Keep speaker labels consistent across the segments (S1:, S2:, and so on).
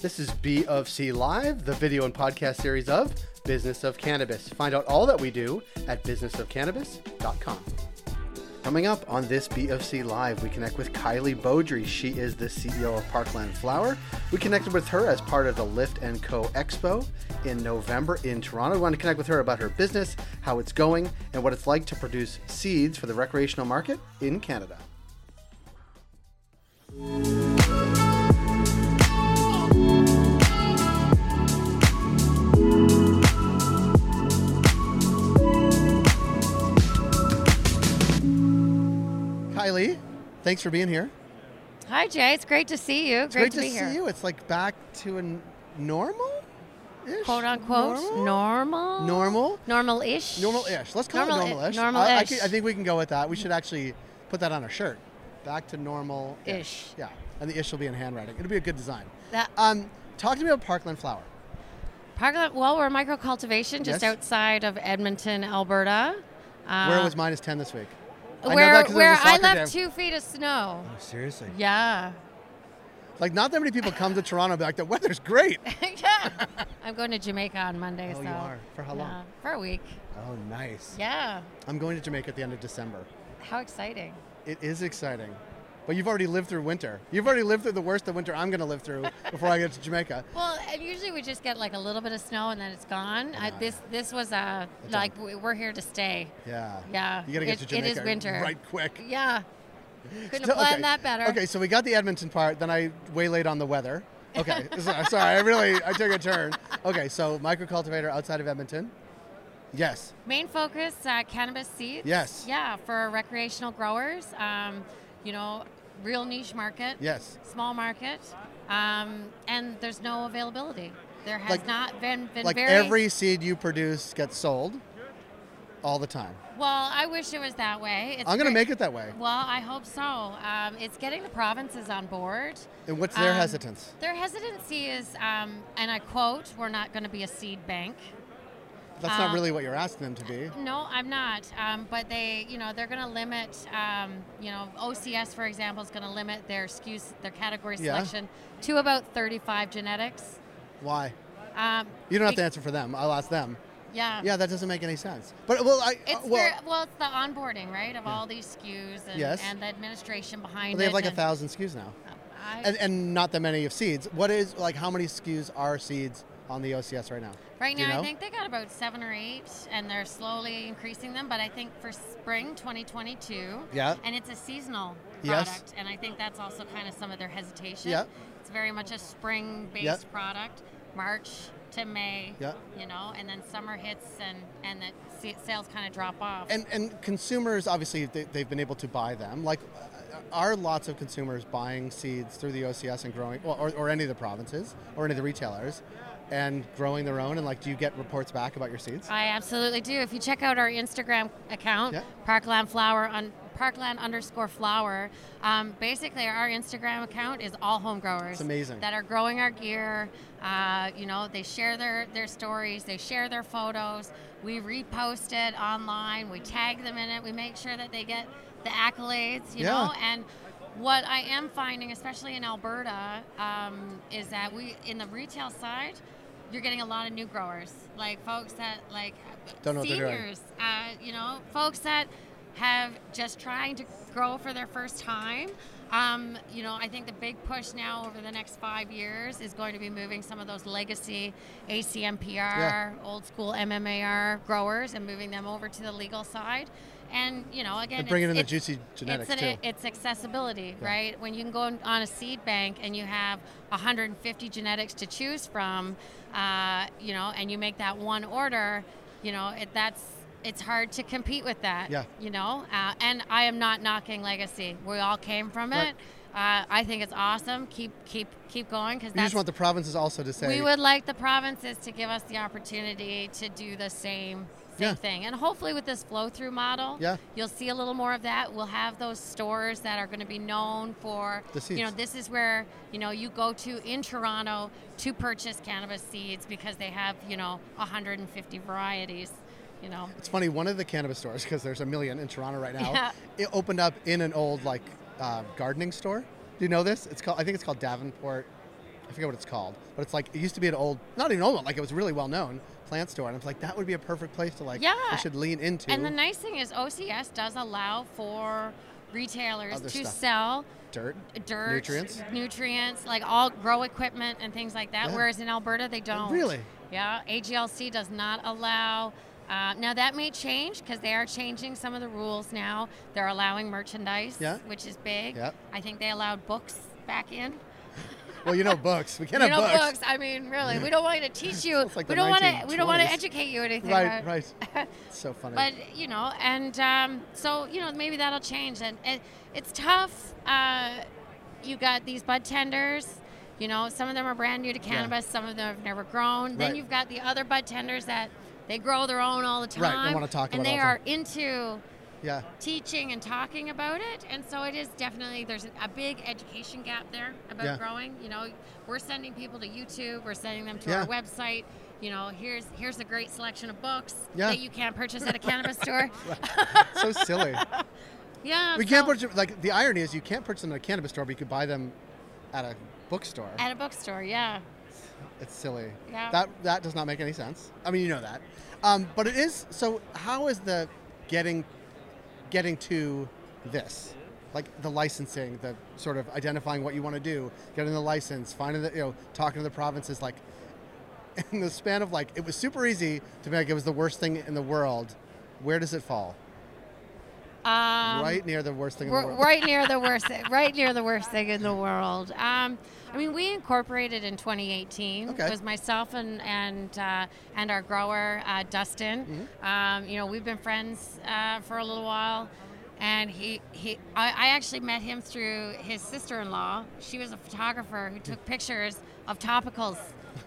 S1: This is B of C Live, the video and podcast series of Business of Cannabis. Find out all that we do at businessofcannabis.com. Coming up on this B of C Live, we connect with Kylie Beaudry. She is the CEO of Parkland Flower. We connected with her as part of the Lift and Co Expo in November in Toronto. We want to connect with her about her business, how it's going, and what it's like to produce seeds for the recreational market in Canada. Kylie, thanks for being here.
S2: Hi, Jay. It's great to see you.
S1: It's great,
S2: to, be
S1: see
S2: here.
S1: you. It's like back to a n- normal,
S2: Quote unquote
S1: normal,
S2: normal.
S1: normal,
S2: Normal ish.
S1: normal-ish. Let's call it
S2: Normal-i-
S1: normal-ish.
S2: normal-ish.
S1: I, I, could- I think we can go with that. We should actually put that on our shirt. Back to normal
S2: Ish.
S1: Yeah, and the ish will be in handwriting. It'll be a good design.
S2: That-
S1: Um, talk to me about Parkland Flower.
S2: Parkland. Well, we're micro cultivation just
S1: Yes.
S2: outside of Edmonton, Alberta. Uh,
S1: Where was minus ten this week? I know
S2: Where,
S1: that 'cause it was a
S2: where I
S1: soccer
S2: left
S1: game.
S2: two feet of snow.
S3: Oh, seriously?
S2: Yeah.
S1: Like, not that many people come to Toronto. and be Like, the weather's great.
S2: yeah. I'm going to Jamaica on Monday.
S1: Oh,
S2: so
S1: you are. For how long?
S2: Yeah, for a week.
S1: Oh, nice.
S2: Yeah.
S1: I'm going to Jamaica at the end of December.
S2: How exciting.
S1: It is exciting. But you've already lived through winter. You've already lived through the worst of winter I'm going to live through before I get to Jamaica.
S2: Well, and usually we just get like a little bit of snow and then it's gone. I, this this was a
S1: It's
S2: like we- we're here to stay.
S1: Yeah.
S2: Yeah.
S1: You got to get
S2: It-
S1: to Jamaica
S2: It is winter.
S1: right quick.
S2: Yeah. Couldn't
S1: So-
S2: have planned
S1: okay.
S2: that better.
S1: Okay, so we got the Edmonton part, then I waylaid on the weather. Okay, so- sorry, I really I took a turn. Okay, so microcultivator outside of Edmonton. Yes.
S2: Main focus uh, cannabis seeds.
S1: Yes.
S2: Yeah, for recreational growers. Um, you know, real niche market.
S1: Yes.
S2: Small market. Um, and there's no availability. There has
S1: Like-
S2: not been, been
S1: like
S2: very
S1: every seed you produce gets sold all the time.
S2: Well, I wish it was that way. It's
S1: I'm going to
S2: great-
S1: make it that way.
S2: Well, I hope so. Um, it's getting the provinces on board.
S1: And what's their
S2: Um,
S1: hesitance?
S2: Their hesitancy is, um, and I quote, "We're not going to be a seed bank."
S1: That's not
S2: um,
S1: really what you're asking them to be.
S2: No, I'm not. Um, but they, you know, they're going to limit. Um, you know, OCS, for example, is going to limit their SKUs, their category
S1: Yeah.
S2: selection to about 35 genetics.
S1: Why?
S2: Um,
S1: You don't have
S2: be-
S1: to answer for them. I'll ask them.
S2: Yeah.
S1: Yeah, that doesn't make any sense. But well, I
S2: Oh. It's
S1: well,
S2: well, well, it's the onboarding, right, of all these SKUs and,
S1: Yes.
S2: and the administration behind
S1: well, they have
S2: it
S1: like a
S2: and-
S1: thousand SKUs now,
S2: I-
S1: and, and not that many of seeds. What is like how many SKUs are seeds on the OCS right now?
S2: right
S1: Do you
S2: now,
S1: know?
S2: I think they got about seven or eight, and they're slowly increasing them. But I think for spring 2022,
S1: Yeah.
S2: and it's a seasonal
S1: Yes.
S2: product, and I think that's also kind of some of their hesitation.
S1: Yeah.
S2: It's very much a spring-based
S1: Yeah.
S2: product, March to May.
S1: Yeah.
S2: You know, and then summer hits, and and that se- sales kind of drop off.
S1: And and consumers obviously they, they've been able to buy them. Like, uh, are lots of consumers buying seeds through the OCS and growing, well, or, or any of the provinces or any of the retailers, and growing their own? And like, do you get reports back about your seeds?
S2: I absolutely do. If you check out our Instagram account,
S1: Yeah.
S2: Parkland Flower on Parkland underscore flower, um, basically our Instagram account is all home growers.
S1: It's amazing.
S2: that are growing our gear. Uh, you know, they share their their stories, they share their photos. We repost it online. We tag them in it. We make sure that they get the accolades. You
S1: Yeah.
S2: know, and what I am finding, especially in Alberta, um, is that we in the retail side, you're getting a lot of new growers, like folks that like
S1: Don't know what they're doing.
S2: seniors, uh, you know, folks that have just trying to grow for their first time. Um, you know, I think the big push now over the next five years is going to be moving some of those legacy ACMPR,
S1: Yeah.
S2: old school MMAR growers, and moving them over to the legal side. And you know, again,
S1: And bringing in
S2: it's-
S1: the
S2: it's-
S1: juicy genetics
S2: it's,
S1: too.
S2: it's accessibility, right? When you can go on- on a seed bank and you have 150 genetics to choose from, uh, you know, and you make that one order, you know, it, that's it's hard to compete with that.
S1: Yeah.
S2: You know, uh, and I am not knocking legacy. We all came from
S1: Right.
S2: it. Uh, I think it's awesome. Keep keep keep going because
S1: You
S2: that's
S1: just want the provinces also to say
S2: we would like the provinces to give us the opportunity to do the same same
S1: Yeah.
S2: thing, and hopefully with this flow through model,
S1: Yeah.
S2: you'll see a little more of that. We'll have those stores that are going to be known for
S1: The
S2: you know
S1: seeds.
S2: this is where you know you go to in Toronto to purchase cannabis seeds because they have you know 150 varieties, you know.
S1: It's funny, one of the cannabis stores, because there's a million in Toronto right now,
S2: Yeah.
S1: it opened up in an old like uh, gardening store. Do you know this? It's called I think it's called Davenport I forget what it's called, but it's like it used to be an old, not even an old one, like it was really well known plant store, and it's like that would be a perfect place to like.
S2: Yeah.
S1: We should lean into.
S2: And the nice thing is OCS does allow for retailers
S1: Other
S2: to
S1: stuff.
S2: sell
S1: dirt.
S2: dirt,
S1: Nutrients?
S2: nutrients, like all grow equipment and things like that.
S1: Yeah.
S2: Whereas in Alberta, they don't.
S1: Really?
S2: Yeah, AGLC does not allow. Uh, now that may change because they are changing some of the rules now. They're allowing merchandise,
S1: Yeah.
S2: which is big.
S1: Yeah.
S2: I think they allowed books back in.
S1: Well, you know books. We can't
S2: you
S1: have
S2: know,
S1: books.
S2: books. I mean, really, we don't want to teach you.
S1: It's like
S2: we
S1: the
S2: don't want to. We don't want to
S1: 1920s.
S2: educate you anything.
S1: Right, right. It's so funny.
S2: But you know, and um, so you know, maybe that'll change. And it, it's tough. Uh, you got these bud tenders. You know, some of them are brand new to cannabis. Some of them have never grown.
S1: Right.
S2: Then you've got the other bud tenders that they grow their own all the time.
S1: Right, I wanna talk
S2: And
S1: about
S2: they
S1: all the
S2: are into
S1: yeah.
S2: teaching and talking about it. And so it is definitely there's a big education gap there about
S1: Yeah.
S2: growing. You know, we're sending people to YouTube, we're sending them to
S1: Yeah.
S2: our website. You know, here's here's a great selection of books
S1: Yeah.
S2: that you can purchase at a cannabis store.
S1: so silly.
S2: Yeah,
S1: We can't
S2: so-
S1: purchase like the irony is you can't purchase them at a cannabis store, but you could buy them at a bookstore.
S2: at a bookstore. Yeah,
S1: It's silly.
S2: Yeah.
S1: That that does not make any sense. I mean, you know that. Um, but it is. So how is the getting getting to this? Like the licensing, the sort of identifying what you want to do, getting the license, finding the you know, talking to the provinces. Like in the span of like, it was super easy to be like it was the worst thing in the world. Where does it fall?
S2: um,
S1: right near the worst thing in the
S2: We're
S1: world.
S2: right near the worst. Right near the worst thing in the world. Um, I mean, we incorporated in 2018.
S1: Okay.
S2: It was myself and and uh, and our grower uh, Dustin.
S1: Mm-hmm.
S2: Um, you know, we've been friends uh, for a little while, and he he. I, I actually met him through his sister-in-law. She was a photographer who took pictures of topicals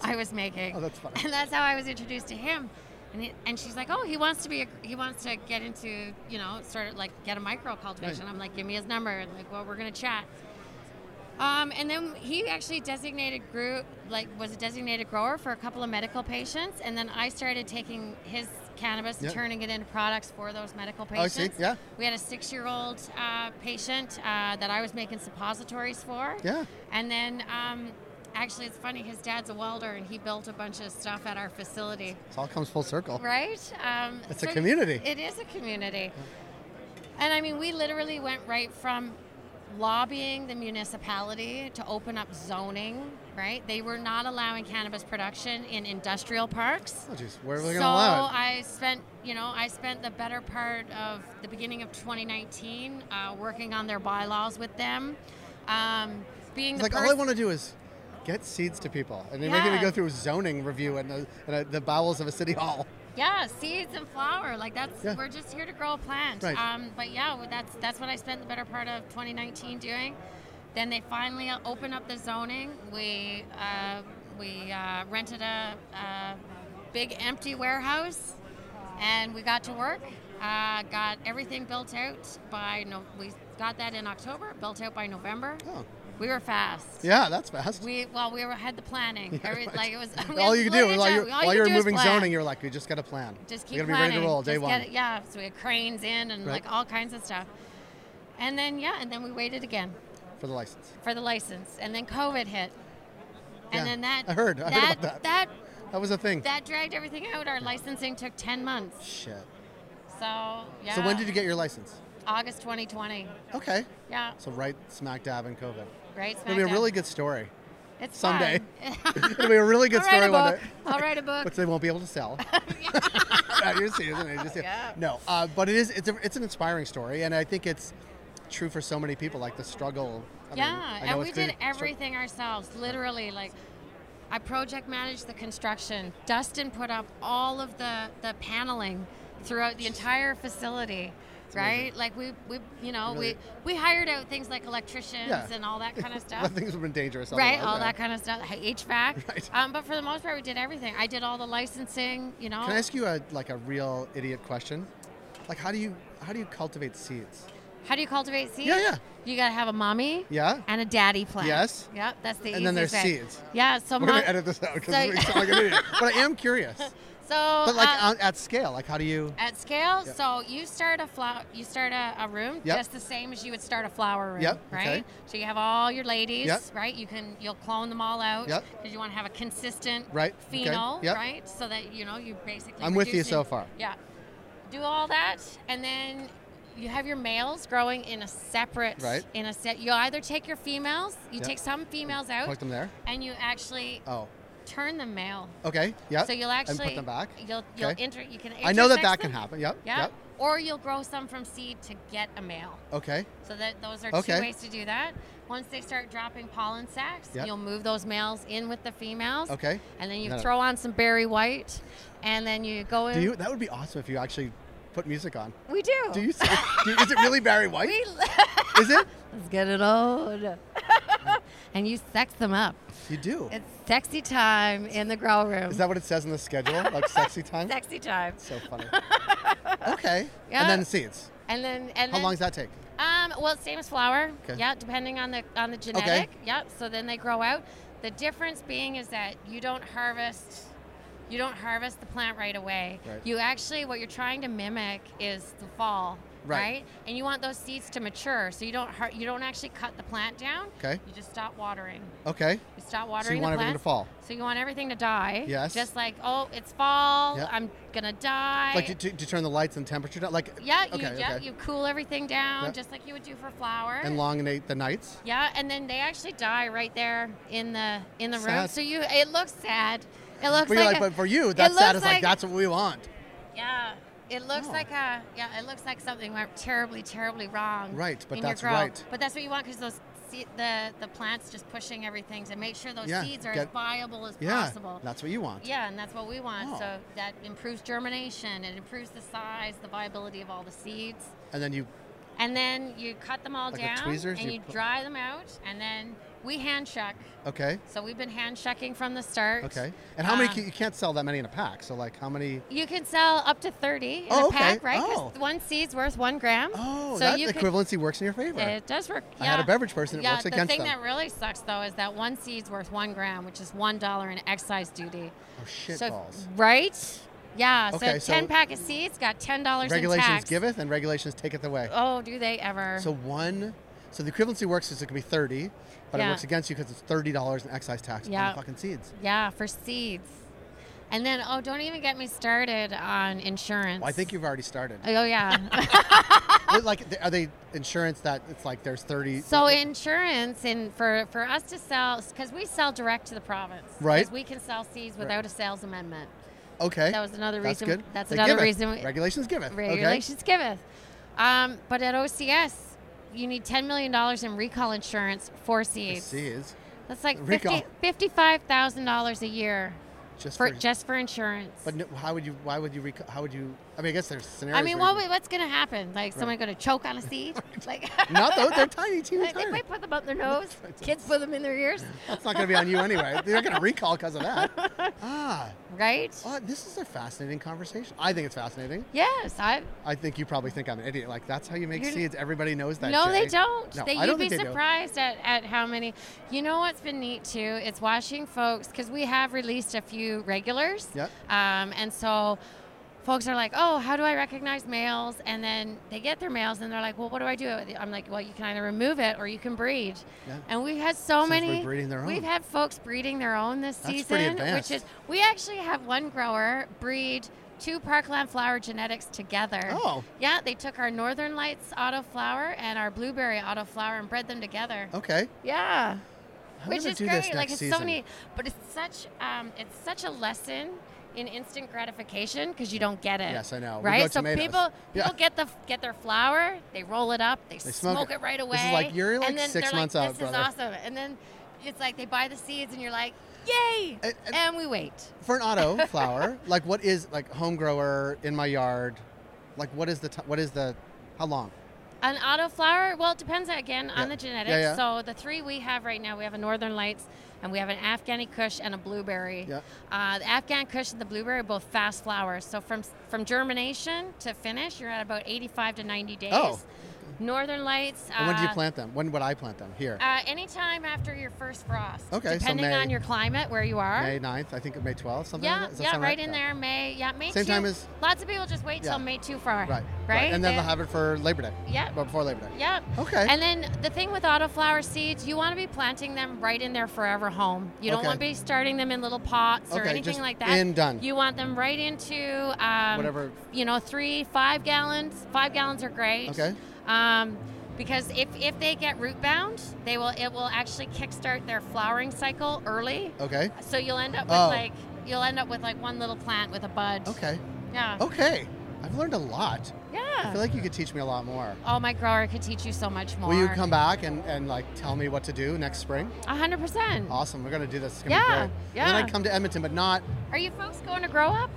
S2: I was making.
S1: Oh, that's funny.
S2: And that's how I was introduced to him. And, he, and she's like, oh, he wants to be, a, he wants to get into, you know, sort of like get a micro cultivation.
S1: Right.
S2: I'm like, give me his number. And like, well, we're going to chat. Um, and then he actually designated grew, like was a designated grower for a couple of medical patients. And then I started taking his cannabis and
S1: Yeah. Oh,
S2: turning it into products for those medical
S1: I
S2: patients.
S1: see. Yeah.
S2: We had a six-year-old uh, patient uh, that I was making suppositories for.
S1: Yeah.
S2: And then, um, actually, it's funny. His dad's a welder, and he built a bunch of stuff at our facility.
S1: It all comes full circle.
S2: Right? Um,
S1: It's a community.
S2: It is a community. And I mean, we literally went right from lobbying the municipality to open up zoning. Right? They were not allowing cannabis production in industrial parks.
S1: Oh, jeez. Where are we going to
S2: so
S1: allow it?
S2: I spent, you know, I spent the better part of the beginning of 2019 uh, working on their bylaws with them. Um, being
S1: It's
S2: the
S1: like, all I
S2: person-
S1: want to do is get seeds to people. And they're making me
S2: Yeah.
S1: go through a zoning review in, a, in a, the bowels of a city hall.
S2: Yeah, seeds and flower. Like that's
S1: Yeah.
S2: we're just here to grow a plant.
S1: Right.
S2: Um, but yeah, well, that's that's what I spent the better part of 2019 doing. Then they finally uh, opened up the zoning. We uh, we uh, rented a, a big empty warehouse, and we got to work. Uh, got everything built out by no. We got that in October. Built out by November.
S1: Oh,
S2: We were fast.
S1: yeah, that's fast.
S2: We well, we were, had the planning. Every, like it was we
S1: all
S2: had
S1: you could do,
S2: literally
S1: while
S2: just-
S1: you're,
S2: all you
S1: while
S2: could
S1: you're
S2: do is
S1: moving
S2: plan.
S1: zoning, you're like, we just got to plan.
S2: Just
S1: we
S2: keep
S1: got to be
S2: planning.
S1: ready to roll day
S2: Just
S1: one.
S2: Get it, yeah, so we had cranes in and
S1: Right.
S2: like all kinds of stuff. And then yeah, and then we waited again
S1: For the license.
S2: for the license, and then COVID hit, and
S1: Yeah,
S2: then that
S1: I heard- I heard
S2: that,
S1: about that.
S2: that
S1: That was a thing.
S2: that dragged everything out. Our licensing took ten months.
S1: Shit.
S2: So yeah.
S1: So when did you get your license?
S2: August 2020.
S1: Okay.
S2: Yeah,
S1: So right smack dab in COVID.
S2: right.
S1: It'll be a
S2: smack
S1: really
S2: dab.
S1: good story.
S2: it's
S1: someday.
S2: fun.
S1: It'll be a really good
S2: I'll write
S1: story
S2: a
S1: one
S2: book.
S1: day.
S2: I'll write a book.
S1: Which they won't be able to sell. At your season, they just-
S2: Yeah.
S1: No, uh, but it is. It's, a, it's an inspiring story, and I think it's true for so many people. Like the struggle. I mean,
S2: yeah,
S1: I know
S2: and
S1: it's
S2: we did
S1: been-
S2: everything ourselves, literally. Like, I project managed the construction. Dustin put up all of the the paneling throughout the entire facility, right? Like we we you know
S1: Really-
S2: we we hired out things like electricians
S1: Yeah.
S2: and all that kind of
S1: Well,
S2: stuff.
S1: things have been dangerous.
S2: Right,
S1: otherwise,
S2: all
S1: yeah.
S2: that kind of stuff, HVAC.
S1: Right.
S2: Um, but for the most part, we did everything. I did all the licensing, you know.
S1: Can I ask you a like a real idiot question? Like how do you how do you cultivate seeds?
S2: How do you cultivate seeds?
S1: Yeah, yeah.
S2: You gotta have a mommy
S1: Yeah.
S2: and a daddy plant.
S1: Yes.
S2: Yep, that's the
S1: And then
S2: easiest
S1: there's
S2: way.
S1: seeds.
S2: Yeah, so
S1: We're
S2: mom,
S1: gonna edit this out because
S2: Uh, so-
S1: we sound like an idiot. But I am curious.
S2: So,
S1: But like
S2: uh,
S1: on, at scale, like how do you?
S2: at scale,
S1: Yep.
S2: so you start a flower, you start a, a room
S1: Yep.
S2: just the same as you would start a flower room,
S1: Yep, okay.
S2: right? So you have all your ladies,
S1: Yep.
S2: right? You can you'll clone them all out
S1: Yep.
S2: because you want to have a consistent
S1: Right, okay,
S2: phenol,
S1: yep.
S2: right? So that you know you basically.
S1: I'm with you
S2: reducing-
S1: so far.
S2: Yeah, do all that, and then you have your males growing in a separate,
S1: Right.
S2: In a set, you either take your females, you
S1: Yep.
S2: take some females out,
S1: Put them there.
S2: and you actually
S1: Oh,
S2: turn them male.
S1: okay. Yeah.
S2: So you'll actually
S1: and put them back.
S2: You'll you'll
S1: Okay.
S2: inter you can.
S1: I know that that
S2: intersex them.
S1: can happen. Yep.
S2: Yeah.
S1: Yep.
S2: Or you'll grow some from seed to get a male.
S1: Okay.
S2: So that those are
S1: Okay.
S2: two ways to do that. Once they start dropping pollen sacs,
S1: Yep.
S2: you'll move those males in with the females.
S1: Okay.
S2: And then you
S1: Got it.
S2: throw on some berry white, and then you go in.
S1: Do you? That would be awesome if you actually put music on.
S2: We do.
S1: Do you? say- do, is it really Barry White?
S2: We,
S1: Is it?
S2: let's get it on. and you sex them up.
S1: You do.
S2: It's sexy time in the grow room.
S1: Is that what it says in the schedule? Like sexy time?
S2: sexy time?
S1: so funny. Okay.
S2: Yeah.
S1: And then seeds.
S2: And then and
S1: How
S2: then,
S1: long does that take?
S2: Um, well, it's same as flower.
S1: 'Kay.
S2: Yeah, depending on the on the genetic. Yep. So then they grow out. The difference being is that you don't harvest, you don't harvest the plant right away.
S1: Right.
S2: You actually what you're trying to mimic is the fall,
S1: Right.
S2: right? And you want those seeds to mature, so you don't har- you don't actually cut the plant down.
S1: Okay.
S2: You just stop watering.
S1: Okay.
S2: You stop
S1: So you
S2: watering
S1: want
S2: the
S1: everything to
S2: plants.
S1: fall.
S2: So you want everything to die.
S1: Yes.
S2: Just like oh, it's fall.
S1: Yep.
S2: I'm gonna die.
S1: Like do, do, do you turn the lights and temperature down? Like
S2: yeah, you,
S1: Okay.
S2: yeah,
S1: okay.
S2: you cool everything down
S1: Yeah.
S2: just like you would do for flower.
S1: and long the nights.
S2: Yeah, and then they actually die right there in the in the room.
S1: Sad.
S2: So you, it looks sad. It looks
S1: But,
S2: like,
S1: you're like,
S2: a,
S1: but for you, that's sad.
S2: looks
S1: It's like, Oh.
S2: like-
S1: that's what we want.
S2: yeah, it looks
S1: No.
S2: like a yeah, it looks like something went terribly, terribly wrong.
S1: Right, but
S2: in your
S1: that's
S2: grow.
S1: right.
S2: But that's what you want because those se- the the plants just pushing everything to make sure those
S1: Yeah,
S2: seeds are
S1: get-
S2: as viable as
S1: Yeah.
S2: possible.
S1: That's what you want.
S2: Yeah, and that's what we want.
S1: Oh.
S2: So that improves germination. It improves the size, the viability of all the seeds.
S1: And then you
S2: And then you cut them all
S1: Like with
S2: down
S1: tweezers,
S2: and
S1: you
S2: you,
S1: put-
S2: dry them out. And then we hand check.
S1: okay.
S2: So we've been hand checking from the start.
S1: Okay. And how many
S2: Um,
S1: many you can't sell that many in a pack. So like how many
S2: You can sell up to 30 in
S1: Oh,
S2: a
S1: okay.
S2: pack, right? 'Cause
S1: Oh.
S2: one seed's worth one gram.
S1: Oh,
S2: so
S1: that
S2: you could-
S1: equivalency works in your favor.
S2: It does work.
S1: I
S2: Yeah.
S1: had a beverage person, it
S2: yeah,
S1: works
S2: the
S1: against
S2: thing
S1: them.
S2: that really sucks though is that one seed's worth one gram, which is one dollar in excise duty.
S1: oh shit
S2: so,
S1: balls.
S2: Right? Yeah.
S1: Okay, so-
S2: so ten pack of seeds got ten dollars in
S1: Regulations
S2: tax.
S1: giveth and regulations taketh away.
S2: Oh, do they ever?
S1: So one, so the equivalency works is it could be thirty, but it
S2: Yeah.
S1: works against you because it's thirty dollars in excise tax on
S2: Yeah.
S1: the fucking seeds.
S2: yeah, for seeds. And then oh, don't even get me started on insurance.
S1: Well, I think you've already started.
S2: Oh yeah.
S1: But, like, th- are they insurance that it's like there's thirty?
S2: So insurance and for, for us to sell, because we sell direct to the province. 'Cause
S1: Right.
S2: we can sell seeds without a sales amendment.
S1: okay,
S2: That was another
S1: that's
S2: reason.
S1: good.
S2: That's
S1: They
S2: another
S1: giveth.
S2: reason. we-
S1: regulations giveth.
S2: regulations giveth. Um, but at OCS, you need ten million dollars in recall insurance for
S1: Okay.
S2: seeds.
S1: Seeds
S2: That's like
S1: Recall.
S2: 50 $55,000 a year
S1: just
S2: for
S1: for,
S2: just for insurance.
S1: But no, how would you? Why would you? Rec- how would you? I mean, I guess there's scenarios.
S2: I mean,
S1: where
S2: what,
S1: you-
S2: would- what's going to happen? Like, someone going to choke on a seed? Like,
S1: Not those. They're tiny, teeny
S2: they
S1: tiny.
S2: might put them up their nose.
S1: right.
S2: Kids put them in their ears,
S1: That's not going to be on you anyway. They're not going to recall because of that. Ah,
S2: right?
S1: well, this is a fascinating conversation. I think it's fascinating.
S2: Yes, I.
S1: I think you probably think I'm an idiot. Like that's how you make
S2: You're-
S1: seeds. Everybody knows that.
S2: No, they
S1: Jay.
S2: don't.
S1: No,
S2: they,
S1: I
S2: you'd
S1: don't
S2: be
S1: think they do.
S2: surprised at, at how many. You know what's been neat too? It's watching folks because we have released a few regulars.
S1: Yep.
S2: Um, and so folks are like, oh, how do I recognize males? And then they get their males and they're like, well, what do I do? I'm like, well, you can either remove it or you can breed.
S1: Yeah.
S2: And we've had so
S1: Since we're
S2: many.
S1: breeding their
S2: We've
S1: own.
S2: had folks breeding their own this
S1: That's
S2: season,
S1: pretty advanced.
S2: which is we actually have one grower breed two Parkland flower genetics together.
S1: Oh.
S2: Yeah, they took our Northern Lights auto flower and our blueberry auto flower and bred them together.
S1: Okay.
S2: Yeah.
S1: I'm
S2: Which
S1: gonna
S2: is
S1: do
S2: great.
S1: This next
S2: like it's
S1: season.
S2: so many but it's such um, it's such a lesson in instant gratification because you don't get it.
S1: Yes, I know. Uh, We grow
S2: Right? So
S1: tomatoes.
S2: people
S1: Yeah.
S2: people get the get their flower, they roll it up, they,
S1: They smoke
S2: smoke,
S1: it.
S2: it. right away.
S1: This is like, you're, like,
S2: and then
S1: six
S2: they're
S1: months
S2: like,
S1: out,
S2: This
S1: brother."
S2: is awesome. And then it's like they buy the seeds and you're like, Yay!
S1: And- and-
S2: and we wait.
S1: For an auto flower, like what is like home grower in my yard? Like what is the t- what is the how long?
S2: An auto flower? Well, it depends again
S1: Yeah.
S2: on the genetics.
S1: Yeah, yeah.
S2: So the three we have right now, we have a Northern Lights, and we have an Afghani Kush and a blueberry.
S1: Yeah.
S2: Uh, the Afghan Kush and the blueberry are both fast flowers. So from from germination to finish, you're at about 85 to 90 days.
S1: Oh.
S2: Northern lights.
S1: And when do you
S2: uh,
S1: plant them? When would I plant them? Here.
S2: Uh, anytime after your first frost.
S1: Okay, so
S2: Depending
S1: May-
S2: on your climate, where you are.
S1: May 9th, I think May 12th, something
S2: yeah,
S1: like that. Does that
S2: yeah, right,
S1: sound
S2: in
S1: Yeah.
S2: there, May. Yeah, May.
S1: Same
S2: two.
S1: time as-
S2: Lots of people just wait
S1: Yeah.
S2: till May two for it.
S1: Right.
S2: Right.
S1: And then
S2: They-
S1: they'll have it for Labor Day.
S2: Yep.
S1: But before Labor Day.
S2: Yep.
S1: Okay.
S2: And then the thing with autoflower seeds, you want to be planting them right in their forever home. You don't
S1: Okay.
S2: want to be starting them in little pots or
S1: Okay,
S2: anything
S1: just
S2: like that.
S1: in, done.
S2: You want them right into um,
S1: Whatever.
S2: You know, three, five gallons. Five gallons are great.
S1: Okay.
S2: Um, because if, if they get root bound, they will it will actually kickstart their flowering cycle early.
S1: Okay.
S2: So you'll end up with
S1: Oh.
S2: like you'll end up with like one little plant with a bud.
S1: Okay.
S2: Yeah.
S1: Okay. I've learned a lot. I
S2: Yeah.
S1: feel like you could teach me a lot more.
S2: oh, my grower could teach you so much more.
S1: Will you come back and, and like tell me what to do next spring?
S2: A hundred percent.
S1: Awesome. We're gonna do this. It's gonna
S2: Yeah,
S1: be great. And then
S2: yeah.
S1: I come to Edmonton, but not
S2: Are you folks going to grow up?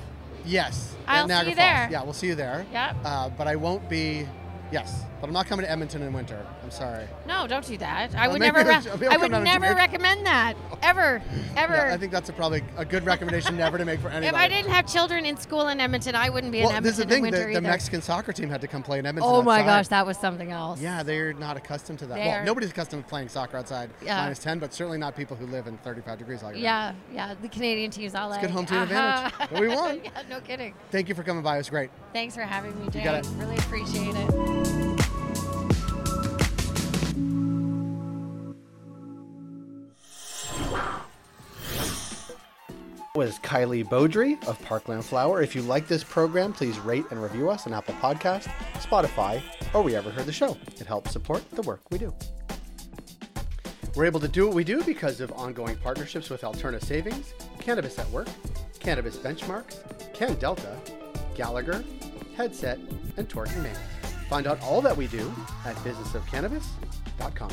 S1: yes. at
S2: I'll see
S1: Niagara
S2: you
S1: Falls.
S2: there.
S1: Yeah, we'll see you there.
S2: Yep.
S1: Uh, but I won't be. Yes, but I'm not coming to Edmonton in winter. I'm sorry.
S2: No, don't do that. I
S1: Well,
S2: would
S1: maybe
S2: never.
S1: I'll- maybe
S2: Re-
S1: I'll
S2: I
S1: come
S2: would
S1: down to
S2: never
S1: Jamaica.
S2: recommend that ever, ever.
S1: Yeah, I think that's a probably a good recommendation never to make for anybody.
S2: if I didn't have children in school in Edmonton, I wouldn't be
S1: well,
S2: in Edmonton
S1: this is the thing.
S2: in winter
S1: the, the
S2: either.
S1: Mexican soccer team had to come play in Edmonton.
S2: oh my
S1: outside.
S2: gosh, that was something else.
S1: Yeah, they're not accustomed to that.
S2: They're-
S1: Well, nobody's accustomed to playing soccer outside
S2: Yeah.
S1: minus 10, but certainly not people who live in 35 degrees like that.
S2: Yeah, yeah. The Canadian team's all it's like.
S1: good home team advantage.
S2: "Uh-huh."
S1: But we won.
S2: yeah, no kidding.
S1: Thank you for coming by. It was great.
S2: Thanks for having me, Jay.
S1: got it.
S2: Really appreciate it.
S1: was Kylie Beaudry of Parkland Flower. If you like this program, please rate and review us on Apple Podcast, Spotify, or wherever you heard the show. It helps support the work we do. We're able to do what we do because of ongoing partnerships with Alterna Savings, Cannabis at Work, Cannabis Benchmarks, Can Delta, Gallagher, Headset, and Torque and Main. Find out all that we do at businessofcannabis.com.